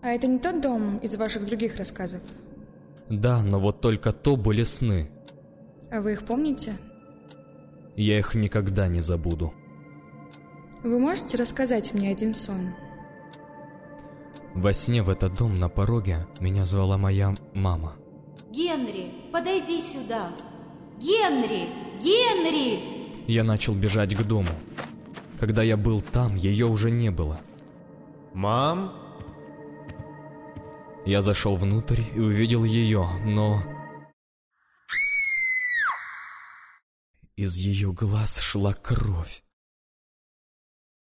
А это не тот дом из ваших других рассказов? Да, но вот только то были сны. А вы их помните? Я их никогда не забуду. Вы можете рассказать мне один сон? Во сне в этот дом на пороге меня звала моя мама. Генри, подойди сюда. Генри! Генри! Я начал бежать к дому. Когда я был там, ее уже не было. Мам? Я зашел внутрь и увидел ее, но... Из ее глаз шла кровь.